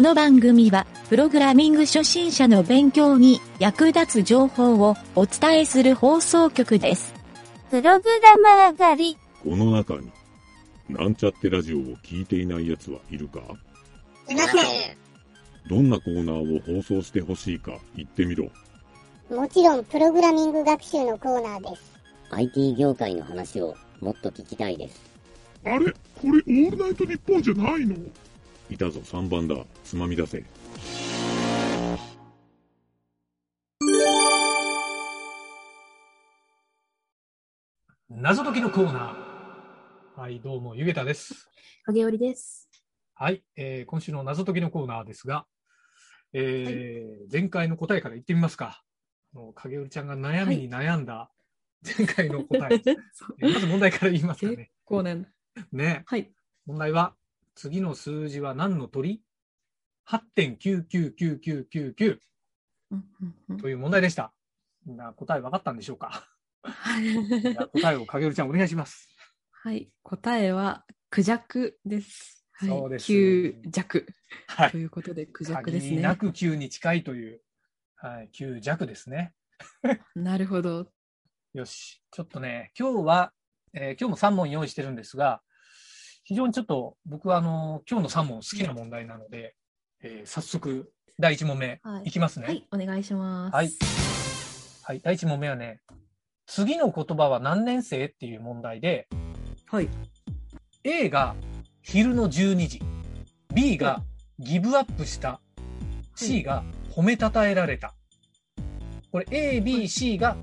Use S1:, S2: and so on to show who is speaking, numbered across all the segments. S1: の番組は、プログラミング初心者の勉強に役立つ情報をお伝えする放送局です。
S2: プログラマー上がり、
S3: この中に、なんちゃってラジオを聞いていない奴はいるか
S4: いませ
S3: どんなコーナーを放送してほしいか言ってみろ。
S4: ん。もちろんプログラミング学習のコーナーです。
S5: IT 業界の話をもっと聞きたいです。
S6: あれこれオールナイトニッポンじゃないの
S3: いたぞ3番だ。つまみ出せ。
S7: 謎解きのコーナー。はい、どうも、ゆげたです。
S8: 影織です。
S7: はい、えー今週の謎解きのコーナーですが、えー前回の答えから言ってみますか。あの影織ちゃんが悩みに悩んだ前回の答え。
S8: そう
S7: えーまず問題から言いますかね。
S8: こうね。
S7: ね、
S8: はい。
S7: 問題は、次の数字は何の鳥 ?8.999999
S8: うんうんうん
S7: という問題でした。みんな答え分かったんでしょう か。
S8: はい
S7: じゃあ答えを影織ちゃんお願いします。
S8: はい。答えは、クジャクです。はい。
S7: そうです
S8: 九弱
S7: はい
S8: と。いうことで、クジャクです
S7: 限り
S8: ね
S7: な。く9に近いという、はい、9弱ですね。
S8: なるほど。
S7: よし、ちょっとね、今日は、えー今日も3問用意してるんですが、非常にちょっと僕はあの今日の3問好きな問題なので、えー早速第1問目
S8: はい
S7: いきますね。
S8: はい。お願いします。
S7: はい。はい、第1問目はね、次の言葉は何年生っていう問題で、
S8: はい。
S7: A が昼の12時、B がギブアップした、C が褒めたたえられた。これ A、B、C が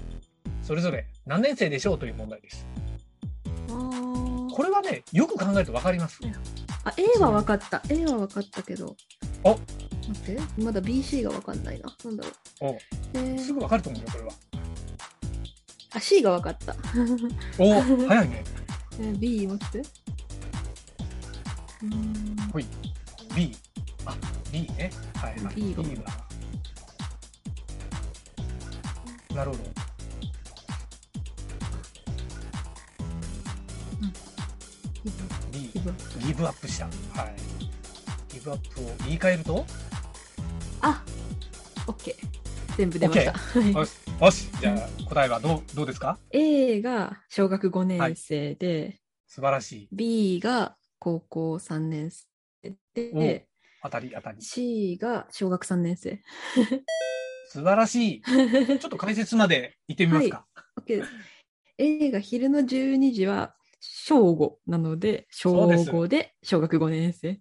S7: それぞれ何年生でしょうという問題です。
S8: あー
S7: これはね、よく考えると分かります。
S8: あ、A は分かった。A は分かったけど。
S7: あ
S8: 待って、まだ BC が分かんないな。なんだろう。
S7: お
S8: えー
S7: すぐ分かると思うよ、これ は。
S8: あ、C が分かった。
S7: おお、早いね。
S8: えー B 待って。うーん
S7: B。あ、B ね。はいはい。
S8: B が
S7: がなるほど。B
S8: ギブアッ
S7: ギブアップした。はい。ギブアップを言い換えると、
S8: あ、OK。全部出ました。はい
S7: よし、よし、じゃあ答えはどうどうですか
S8: A が小学5年生で、
S7: 素晴らしい。
S8: B が高校3年生で、
S7: 当たり当たり。素
S8: C が小学3年生。
S7: 晴らしい。ちょっと解説まで行ってみますか。
S8: OK です A が昼の12時は正午なので、小
S7: そうです
S8: 5で小学5 年生。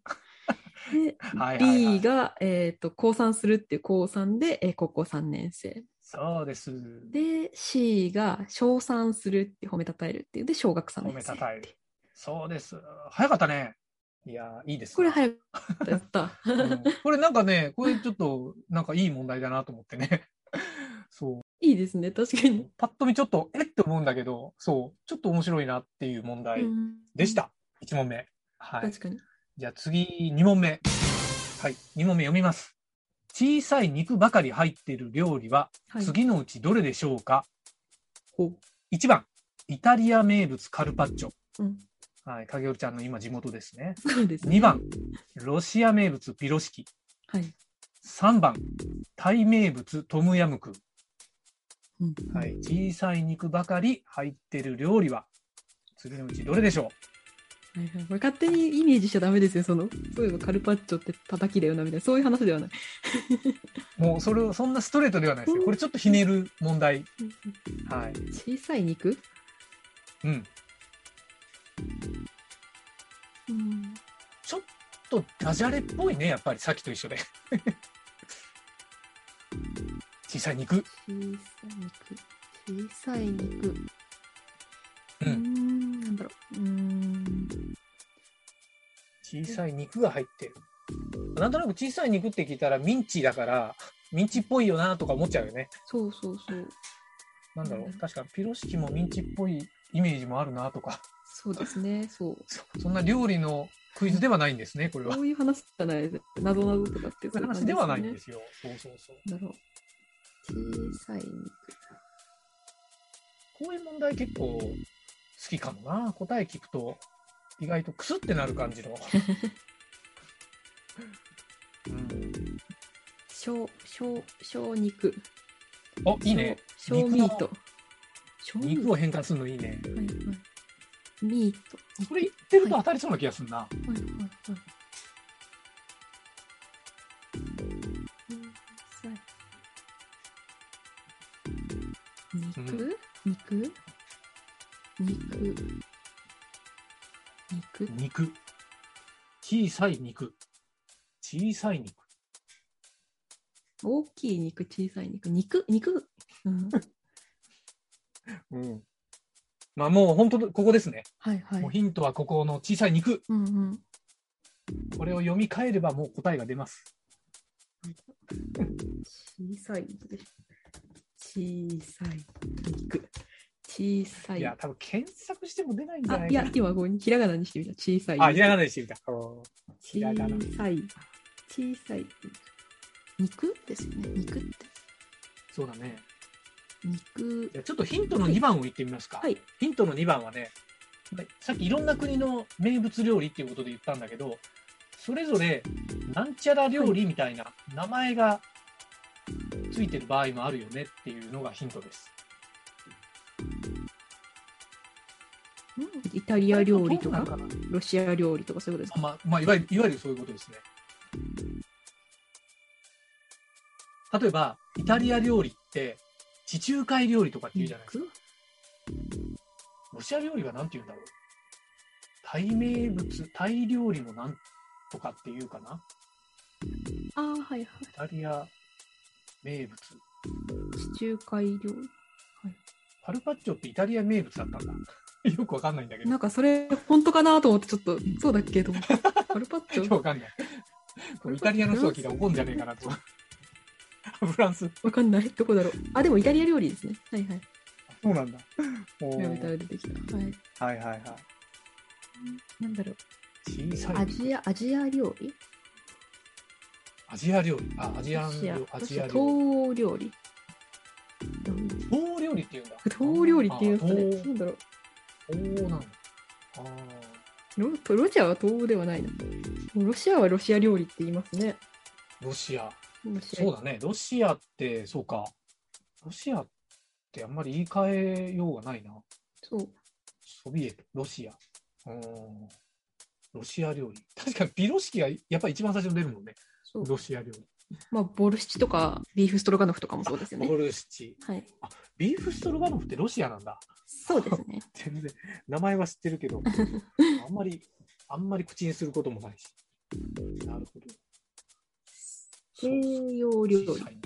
S8: で
S7: はいはいはい
S8: B が、えー、と高3するっていう高3で、えー高校3年生。
S7: そうです。
S8: で、C が称賛するって褒めたたえるっていうで、小学3
S7: 褒
S8: 年
S7: め
S8: 生
S7: た。たえる。そうです。早かったね。いやー、いいですね。
S8: これ早かった。やった。
S7: うんこれなんかね、これちょっと、なんかいい問題だなと思ってね。そ
S8: いいですね、確か
S7: う
S8: に。。
S7: パッと見ちょっと、えって思うんだけど、そう、ちょっと面白いなっていう問題
S8: うん
S7: でし。た。1問目。はい。
S8: 確かに。
S7: じゃあ次、2問目。はい。2問目読みます。小さい肉ばかり入っている料理は、
S8: はい
S7: 次のうちどれでしょうか、
S8: ほ
S7: 1番、イタリア名物カルパッチョ。
S8: う。うん。
S7: はい。影織ちゃんの今地元ですね。
S8: そうですね。
S7: 2番、ロシア名物ピロシキ。
S8: はい。
S7: 3番、タイ名物トムヤムクン。
S8: うん
S7: はい、小さい肉ばかり入ってる料理は次のうちどれでしょ
S8: はいはい、これ勝手にイメージしちゃダメですよ、その、そういえばカルパッチョって叩きだよなみたいな、そういう話ではない。
S7: うもうそれをそんなストレートではないですよこれちょっとひねる問題はい
S8: 小さい肉
S7: うん
S8: うん。
S7: ちょっとダジャレっぽいねやっぱりさっきと一緒で 小さい肉
S8: 小さい肉。小さい肉。
S7: うん
S8: ん、なんだろう。うーん。
S7: 小さい肉が入ってるなんとなく小さい肉って聞いたらミンチだからミンチっぽいよなとか思っちゃうよね
S8: そうそうそう。
S7: なんだろ
S8: うん
S7: う確かピロシキもミンチっぽいイメージもあるなとか
S8: そうですね、そう。
S7: そそんな料理のクイズではないんですね、これは
S8: こ。ういう話じゃないです。なぞなぞとかって。
S7: そういう話ではないんですすよ。そうそうそう。
S8: なんだろう。小さい肉。
S7: こういう問題結構好きかもな。答え聞 くと意外とクスってなる感じの。うん
S8: 小、小、小肉。
S7: お、いいね。
S8: 小。小ミート。小ミー
S7: 肉
S8: ト。
S7: を
S8: はい
S7: 変換するのいいね。
S8: はい。ミート。
S7: それ言ってると当たりそうな気がするな。
S8: はいはいはい。
S7: う
S8: 肉肉肉肉
S7: 肉。小さい肉。小さい肉。
S8: 大きい肉小さい肉肉肉、うん、
S7: うん。まあもう本当、ここですね。
S8: はいは
S7: もう
S8: い
S7: ヒントはここの小さい肉。
S8: うんうん
S7: これを読み替えればもう答えが出ます。
S8: 小さい肉でしょ小さい肉小さ
S7: い、
S8: い
S7: や、多分検索しても出ないんじゃ
S8: あ
S7: ない
S8: い
S7: か
S8: や今こうひらがなにしてみた小さい
S7: な。あ、ひらがなにしてみた。ひ
S8: 小
S7: らがな
S8: さい小さい肉ですよね肉って
S7: そうだね。
S8: 肉
S7: じゃあちょっとヒントの2番を言ってみますか。
S8: はい
S7: ヒントの2番はね、さっきいろんな国の名物料理っていうことで言ったんだけど、それぞれなんちゃら料理みたいな名前がついてる場合もあるよねっていうのがヒントです。
S8: イタリア料理と
S7: な
S8: か
S7: んな
S8: ロシア料理とかそういうことですか
S7: まあ、まあ、いわゆる、いわゆるそういうことですね。例えば、イタリア料理って、地中海料理とかって言うじゃないですか。
S8: 肉
S7: ロシア料理はなんて言うんだろう。タイ名物、タイ料理もなんとかっていうかな。
S8: ああはいはい
S7: イタリア名物。
S8: 地中海料
S7: カルパッチョってイタリア名物だ ったんだ。よくわかんないんだけ
S8: 理
S7: ど。
S8: な
S7: よ
S8: んかそれ本当かなと思ってちょっとそうだっけと 思ってカルパッチ
S7: く
S8: ョ
S7: わかん ない。これイタリアの人が聞いたら怒んじゃねえかなと。フランス。
S8: わかんないどこだろうあでもイタリア料理ですねはいはい
S7: そうなんだ。
S8: 調べたら出てきたはい
S7: はいはいはい。
S8: なんだろう
S7: 小さい
S8: アジアアジア料理
S7: アジア料理。あ、アジア
S8: ロ
S7: ン
S8: シア
S7: 料アジア
S8: ロシア東
S7: 料理。
S8: 欧料理
S7: 東欧料理っていうんだ。
S8: 東欧料理っていうんですかねなんだろう
S7: あ東東欧なんだ。あ
S8: ロとロシアは東欧ではないなもうロシアはロシア料理って言いますね
S7: ーロシア。
S8: ロシア
S7: そうだね。ロシアって、そうか。ロシアってあんまり言い換えようがないな。
S8: そう
S7: ソビエト、ロシア。うーん。ロシア料理。確かにビロシキがやっぱり一番最初に出るもんね。
S8: そう
S7: ロシア料理。
S8: まあボルシチとかビーフストロガノフとかもそうですよ
S7: ボ
S8: ね
S7: ルシチ。
S8: はい
S7: ビーフストロガノフってロシアなんだ。
S8: そうですね
S7: 全然。名前は知ってる けど、あんまり、あんまり口にすることもないし。なるほど。
S8: 西洋料理
S7: 小さい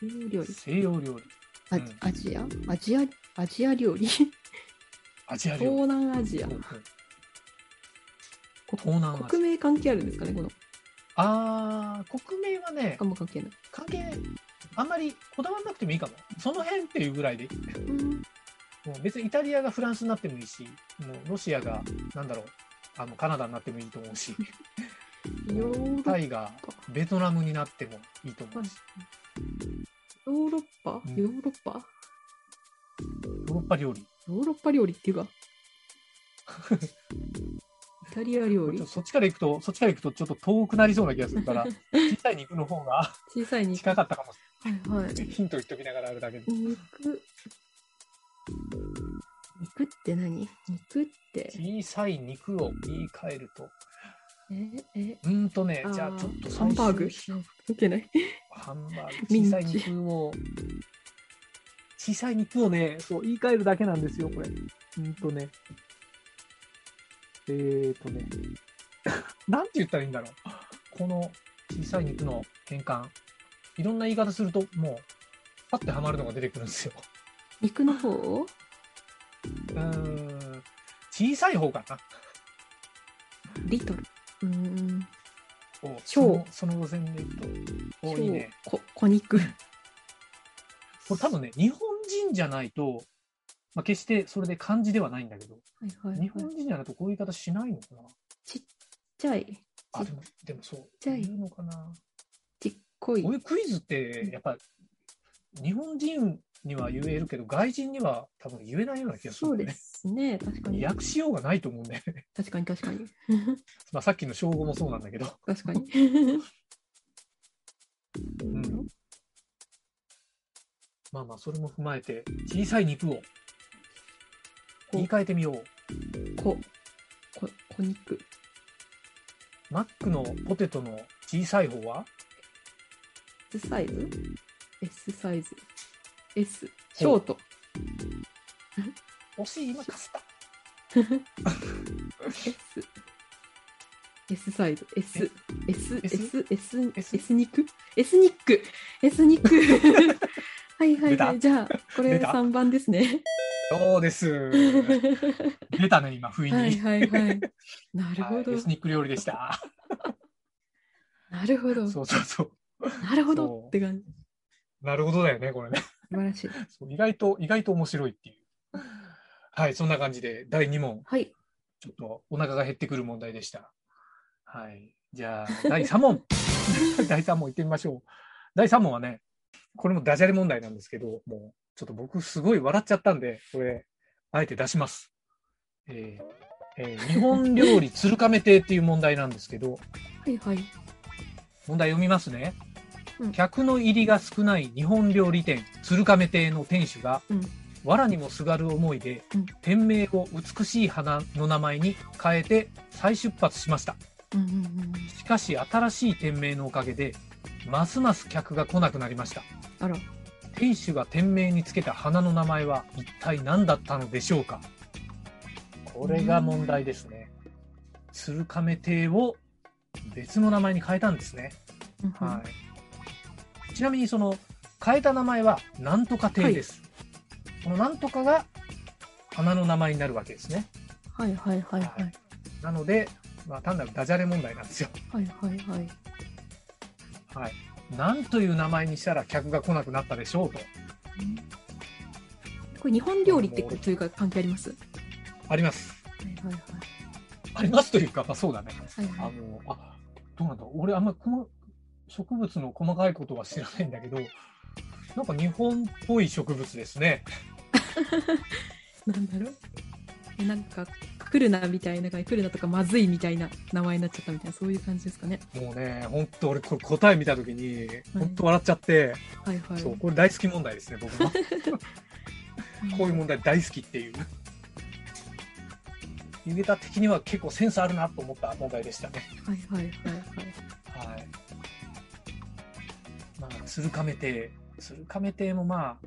S8: 西洋料理
S7: 西洋料理。
S8: あ
S7: うん
S8: アジアアジアアジア料理
S7: アジア
S8: 東
S7: 料理。
S8: 南アジア
S7: うんうん東南アジ
S8: 国名関係あるんですかねこの
S7: ア。あー、国名はね
S8: あ、んま関係ない
S7: 関係、あんまりこだわらなくてもいいかも。その辺っていうぐらいで。
S8: うん
S7: もう別にイタリアがフランスになってもいいし、もうロシアが、なんだろう、あのカナダになってもいいと思う し、
S8: ヨーロ
S7: タイがベトナムになってもいいと思うし、
S8: ヨーロッパ
S7: うん
S8: ヨーロッパ
S7: ヨーロッパ料理。
S8: ヨーロッパ料理ってい うかイタリア料
S7: ち
S8: 理
S7: ょっとそっちから行くと、そっちから行くとちょっと遠くなりそうな気がするから、小さい肉の方が
S8: 小さい肉
S7: 近かったかもし
S8: はいは
S7: れ
S8: い
S7: ない。ヒント言っときながらあるだけで。
S8: 肉肉って何肉って
S7: 小さい肉を言い換えると、
S8: ええ
S7: うーんとね
S8: あ、ー
S7: じゃあちょっと
S8: ハンバーグ
S7: 最初
S8: 関係ない
S7: ハンバーグ。
S8: ミ
S7: 小
S8: ンチ
S7: さい肉を、小さい肉をね、そう、言い換えるだけなんですよ、これ。うんとね。えーとね。 なんて言ったらいいんだろう。この小さい肉の変換。いろんな言い方すると、もう、パッてはまるのが出てくるんですよ。
S8: 肉の方を
S7: うーん。小さい方かな。
S8: リトルうーん
S7: お
S8: 小
S7: そのその路線でいくと。おいいね。
S8: 小小肉
S7: これ多分ね、日本人じゃないと、まあ、決してそれで漢字ではないんだけど、
S8: はいはい、
S7: 日
S8: はい
S7: 本、人じゃないとこういう言い方しないのかな
S8: ちっちゃい
S7: あ、でも、でもそう。
S8: ちっちゃい
S7: 言うのかな。
S8: ちっこい
S7: こういうクイズって、やっぱ、日本人には言えるけど、外人には多分言えないような気がす
S8: そ
S7: る
S8: うん
S7: だよ
S8: で
S7: ね。
S8: すね。確かに。
S7: 訳しようがないと思うんだよね。
S8: 確かに確かに。
S7: まあさっきの称号もそうなんだけど。
S8: 確か に。
S7: うん。まあまあ、それも踏まえて、小さい肉を言い換えてみよう。
S8: こ、こ、こ肉。
S7: マックのポテトの小さい方は
S8: S サイズ ?S サイズ。S。ショート。
S7: 惜しい、今かすった。
S8: S。S サイズ。S。S。
S7: S？
S8: S。S。
S7: S？
S8: S 肉 ?S ニック ?S ニックはいはい
S7: 出
S8: は
S7: た
S8: い。じゃあ、これ
S7: 出た
S8: 3番で すね。
S7: そうです。出たね、今、不意に。
S8: はいはいはい。なるほ
S7: はい
S8: ど
S7: エ。スニック料理で した。
S8: なるほど。
S7: そうそうそう。
S8: なるほ
S7: そ
S8: ど
S7: う
S8: って感じ。
S7: なるほどだよね、これね。
S8: 素晴らしい。
S7: そう意外と、意外と面白いっていう。はい、そんな感じで、第2問、
S8: はい。
S7: ちょっとお腹が減ってくる問題でした。はい。じゃあ、第3問。 第3問いってみましょう。第3問はね、これもダジャレ問題なんですけど、もう、ちょっと僕すごい笑っちゃったんで、これ、あえて出します。えーえー日本料理鶴亀亭っていう問題なんですけど、
S8: はいはい。
S7: 問題読みますね、
S8: うん
S7: 客の入りが少ない日本料理店鶴亀亭の店主が、
S8: うん
S7: 藁にもすがる思いで、
S8: うん
S7: 店名を美しい花の名前に変えて再出発しました
S8: うんうんうん。
S7: しかし新しい店名のおかげでますます客が来なくなりました
S8: あら。
S7: 店主が店名につけた花の名前は一体何だったのでしょうかこれが問題ですね鶴亀亭を別の名前に変えたんですね
S8: うんうん
S7: はい、ちなみにその変えた名前はなんとか亭です、このなんとかが花の名前になるわけですね
S8: はいはいはいは
S7: はい
S8: い。
S7: なので、まあ、単なるダジャレ問題なんですよ、
S8: はいはいはい。
S7: はい、なんという名前にしたら客が来なくなったでしょうと
S8: これ日本料理ってというか関係あります。は
S7: あります
S8: いはいはい。
S7: ありますというか、まあ、そうだね
S8: はい
S7: あ
S8: は
S7: の
S8: い。
S7: あどうなんだ俺あんまりこの植物の細かいことは知らないんだけどなんか日本っぽい植物ですね
S8: なんだろう。なんか来るなみたいな来るなとかまずいみたいな名前になっちゃったみたいなそういう感じですかね。
S7: もうね本当俺これ答え見た時に本当笑っちゃって、
S8: はいはい。
S7: そう、これ大好き問題ですね、僕 は。こういう問題大好きっていう。湯桁的には結構センスあるなと思った問題でしたね。
S8: はいはいはいはい。
S7: はい。まあ、鶴亀亭。鶴亀亭もま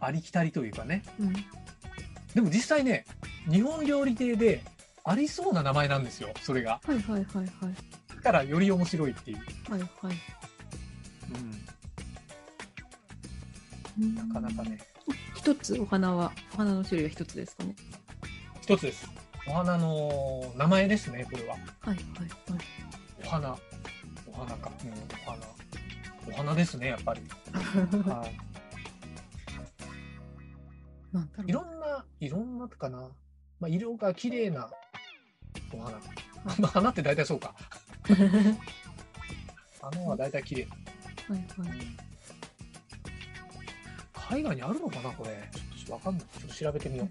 S7: あ、ありきたりというかね。
S8: うん。
S7: でも実際ね、日本料理亭でありそうな名前なんですよ、それが。
S8: はいはいはいはい。
S7: だからより面白いっていう。
S8: はいはい。
S7: なかなかね。
S8: 一つお花はお花の種類が一つですかね。
S7: 一つです。お花の名前ですね、これは。
S8: はいはいはい。
S7: お花。お花か。うん、お花。お花ですね、やっぱり。はい。
S8: なんだ
S7: い
S8: ろ
S7: ろんな、いろんなかな。まあ、色が綺麗なお花。 まあ、花って大体そうか。
S8: う。はいは
S7: 花は大体綺麗。
S8: い。
S7: 海外にあるのかな、これ。ちょっとわかんない。ちょっと調べてみよ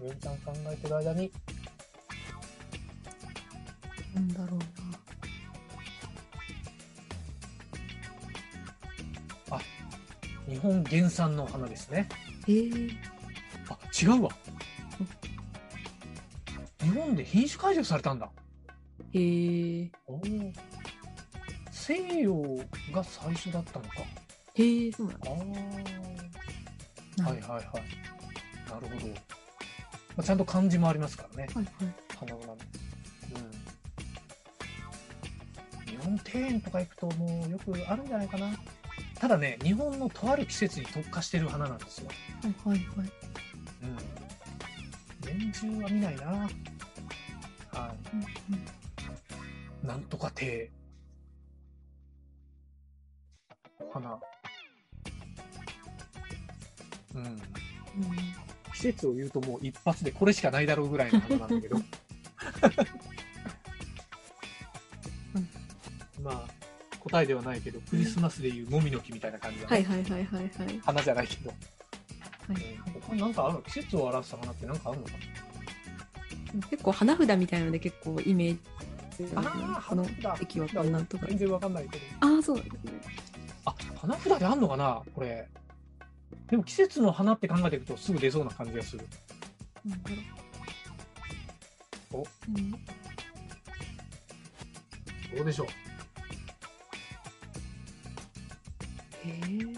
S7: う。みちゃん考えてる間に、
S8: なんだろうな。
S7: 日本原産の花ですね。
S8: えー、
S7: あ、違うわ。日本で品種改良されたんだ。
S8: えー、
S7: おー西洋が最初だったのか。
S8: えー、そうなんだ
S7: ああ。
S8: な
S7: はい
S8: る
S7: はいはい。なるほど。まあ、ちゃんと漢字もありますからね。
S8: はいはい。
S7: 花の名前。うん。日本庭園とか行くともうよくあるんじゃないかな。ただね、日本のとある季節に特化してる花なんですよ。
S8: はいはいはい。
S7: うん。年中は見ないな。は
S8: うんうん
S7: い。なんとか庭。花。うん。
S8: う
S7: 季節を言うともう一発でこれしかないだろうぐらいの花なんだけど まあ答えではないけどクリスマスでいうもみの木みたいな感じだ
S8: ん
S7: ね、
S8: はいはいはいはいはい。
S7: 花じゃないけど
S8: はいはい
S7: ここになんかあるの季節を表す花ってなんかあるのか
S8: 結構花札みたいので結構イメージ
S7: な
S8: があるよねこの駅はこんなんとか
S7: 全然わかんないけど。
S8: ああそうですね
S7: あ、花札であんのかなこれ。でも季節の花って考えていくとすぐ出そうな感じがする。
S8: なんだろ
S7: お
S8: ううん
S7: どうでしょう
S8: へー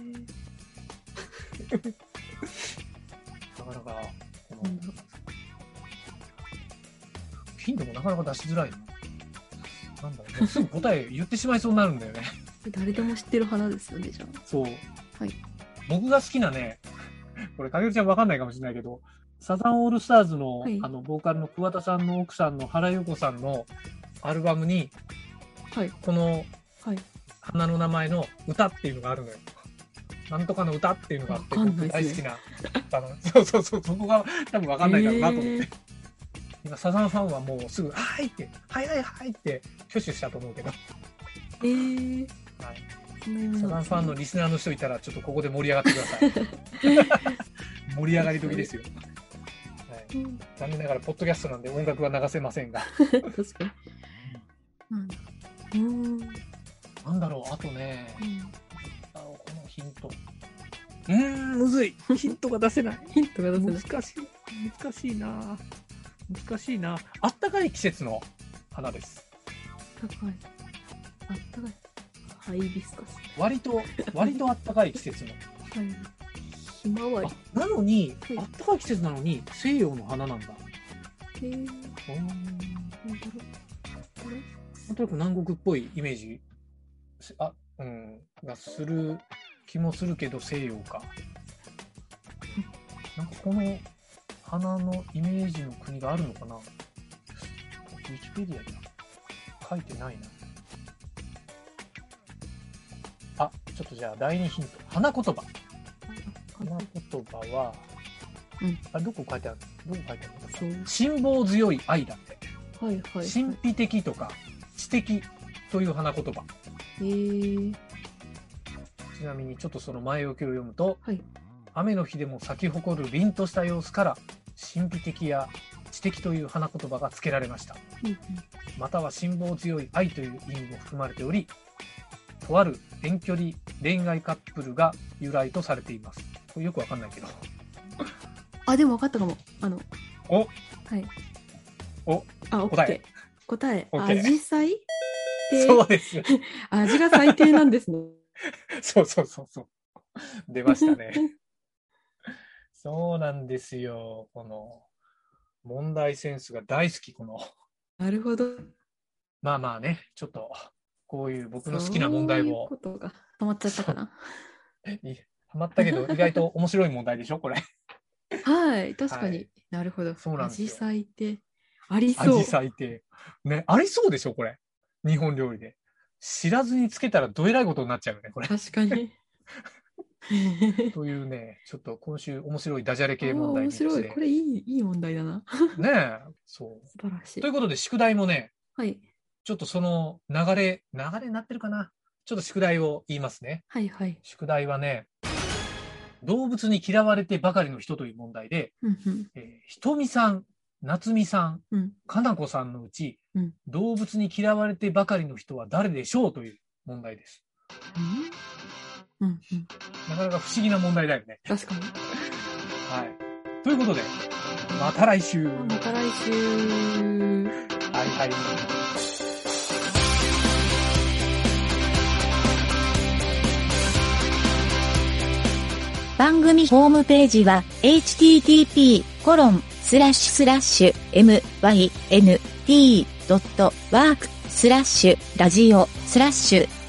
S7: なかなか、この
S8: なんだろう
S7: 頻度もなかなか出しづらいな。なんだろうね、すぐ答え言ってしまいそうになるんだよね。
S8: 誰でも知ってる花ですよねじゃあ
S7: そう。
S8: はい
S7: 僕が好きなね、これ、かげるちゃんわかんないかもしれないけど、サザンオールスターズの、
S8: はい
S7: あの、ボーカルの桑田さんの奥さんの原由子さんのアルバムに、
S8: はい
S7: この
S8: はい
S7: 花の名前の歌っていうのがあるのよ。なんとかの歌っていうのがあって、
S8: わかんない
S7: 僕大
S8: で
S7: 好
S8: す
S7: きな歌なの。そうそうそう、そこが多分わかんないだろうなと思って。
S8: へー
S7: 今、サザンファンはもうすぐ、はいって、はいはいはいって挙手したと思うけど、
S8: えー
S7: はい
S8: そんな夢
S7: サザン
S8: なんです
S7: ファンのリスナーの人いたら、ちょっとここで盛り上がってください。 盛り上がり時ですよ。はい、
S8: ねうん
S7: 残念ながら、ポッドキャストなんで音楽は流せませんが。
S8: 確かになんだろうう
S7: なん
S8: ーん
S7: だろう、あとね、
S8: うん
S7: あのこのヒント。うーん、むずい。ヒントが出せない。
S8: ヒントが出せない
S7: 難しい。難しいな。難しいな。あったかい季節の花です。
S8: 高いあったかいハイビスカス
S7: 割と、割とあったかい季節の。
S8: はいひまわり
S7: あなのに
S8: は、い
S7: あったかい季節なのに、西洋の花なんだ。
S8: えーなんだ
S7: うーん
S8: ろうこれ
S7: なんとなく南国っぽいイメージしあ、うん、がする気もするけど西洋か。なんかこの花のイメージの国があるのかなウィキペディアには書いてないな。あ、ちょっとじゃあ第2ヒント。花言葉。花言葉は、
S8: うん
S7: あれどこ書いてあるどこ書いてあ
S8: そう
S7: るの辛抱強い愛だって。
S8: はいはい
S7: 神秘的とか知的という花言葉
S8: えー
S7: ちなみにちょっとその前置きを読むと、
S8: はい
S7: 雨の日でも咲き誇る凛とした様子から神秘的や知的という花言葉が付けられました
S8: うんうん
S7: または辛抱強い愛という意味も含まれておりとある遠距離恋愛カップルが由来とされていますこれよくわかんないけど
S8: あでも分かったかもあの
S7: お
S8: はい
S7: お
S8: あ
S7: 答え
S8: OK 答え
S7: OK
S8: アジサイって
S7: そうです
S8: 味が最低なんですね。
S7: そうそうそうそう。出ましたね。そうなんですよ。この問題センスが大好き、この。
S8: なるほど。
S7: まあまあね、ちょっと、こういう僕の好きな問題
S8: そういう
S7: も
S8: こ、とが止まっちゃったかな。
S7: いハマったけど、意外と面白い問題でしょ、これ。
S8: はい、確かに、
S7: はい
S8: なるほど。
S7: そうなんですよ
S8: 紫陽花ってあり
S7: ア
S8: そう
S7: ジ。サイって。ね、ありそうでしょ、これ。日本料理で。知らずにつけたらどえらいことになっちゃうよね、これ。
S8: 確かに。
S7: というね、ちょっと今週面白いダジャレ
S8: おー
S7: 系問題
S8: 面
S7: にして
S8: 白い。これいいいい問題だな。
S7: ねえそ
S8: 素晴らし
S7: う。
S8: い
S7: とい。うことで、宿題もね、
S8: はい、
S7: ちょっとその流れ、流れになってるかな。ちょっと宿題を言いますね。
S8: はい、はい。
S7: 宿題はね、動物に嫌われてばかりの人という問題で、
S8: うんうん
S7: えーひとみさん、なつみさん、
S8: うん
S7: かなこさんのうち、
S8: うん
S7: 動物に嫌われてばかりの人は誰でしょうという問題です。
S8: うんうんうん、
S7: なかなか不思議な問題だよね。
S8: 確かに。
S7: はい。ということで、また来週。
S8: また来週。
S7: はいはい。
S1: 番組ホームページは http://mynt.work/.radio/.